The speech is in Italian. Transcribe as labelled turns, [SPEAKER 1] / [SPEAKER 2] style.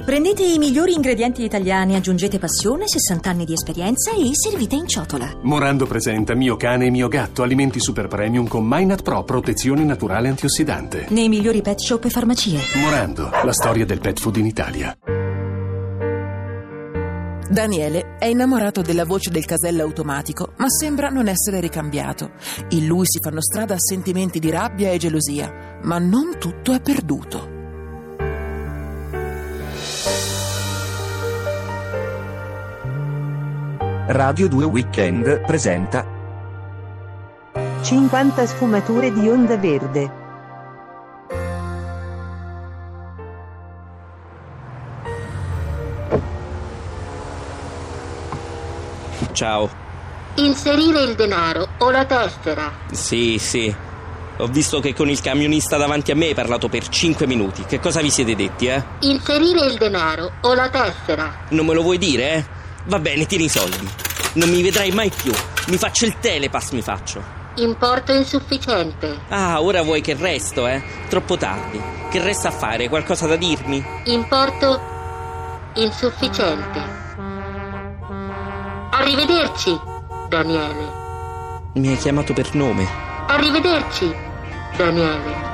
[SPEAKER 1] Prendete i migliori ingredienti italiani, aggiungete passione, 60 anni di esperienza e servite in ciotola.
[SPEAKER 2] Morando presenta Mio cane e mio gatto, alimenti super premium con Minat Pro, protezione naturale antiossidante.
[SPEAKER 1] Nei migliori pet shop e farmacie.
[SPEAKER 2] Morando, la storia del pet food in Italia.
[SPEAKER 3] Daniele è innamorato della voce del casello automatico, ma sembra non essere ricambiato. In lui si fanno strada sentimenti di rabbia e gelosia, ma non tutto è perduto.
[SPEAKER 4] Radio 2 Weekend presenta
[SPEAKER 5] 50 sfumature di onda verde.
[SPEAKER 6] Ciao.
[SPEAKER 7] Inserire il denaro o la tessera.
[SPEAKER 6] Sì, sì. Ho visto che con il camionista davanti a me hai parlato per 5 minuti. Che cosa vi siete detti, eh?
[SPEAKER 7] Inserire il denaro o la tessera.
[SPEAKER 6] Non me lo vuoi dire, eh? Va bene, tieni i soldi. Non mi vedrai mai più. Mi faccio il telepass, mi faccio.
[SPEAKER 7] Importo insufficiente.
[SPEAKER 6] Ah, ora vuoi che resto, eh? Troppo tardi. Che resta a fare? Qualcosa da dirmi?
[SPEAKER 7] Importo insufficiente. Arrivederci, Daniele.
[SPEAKER 6] Mi hai chiamato per nome.
[SPEAKER 7] Arrivederci, Daniele.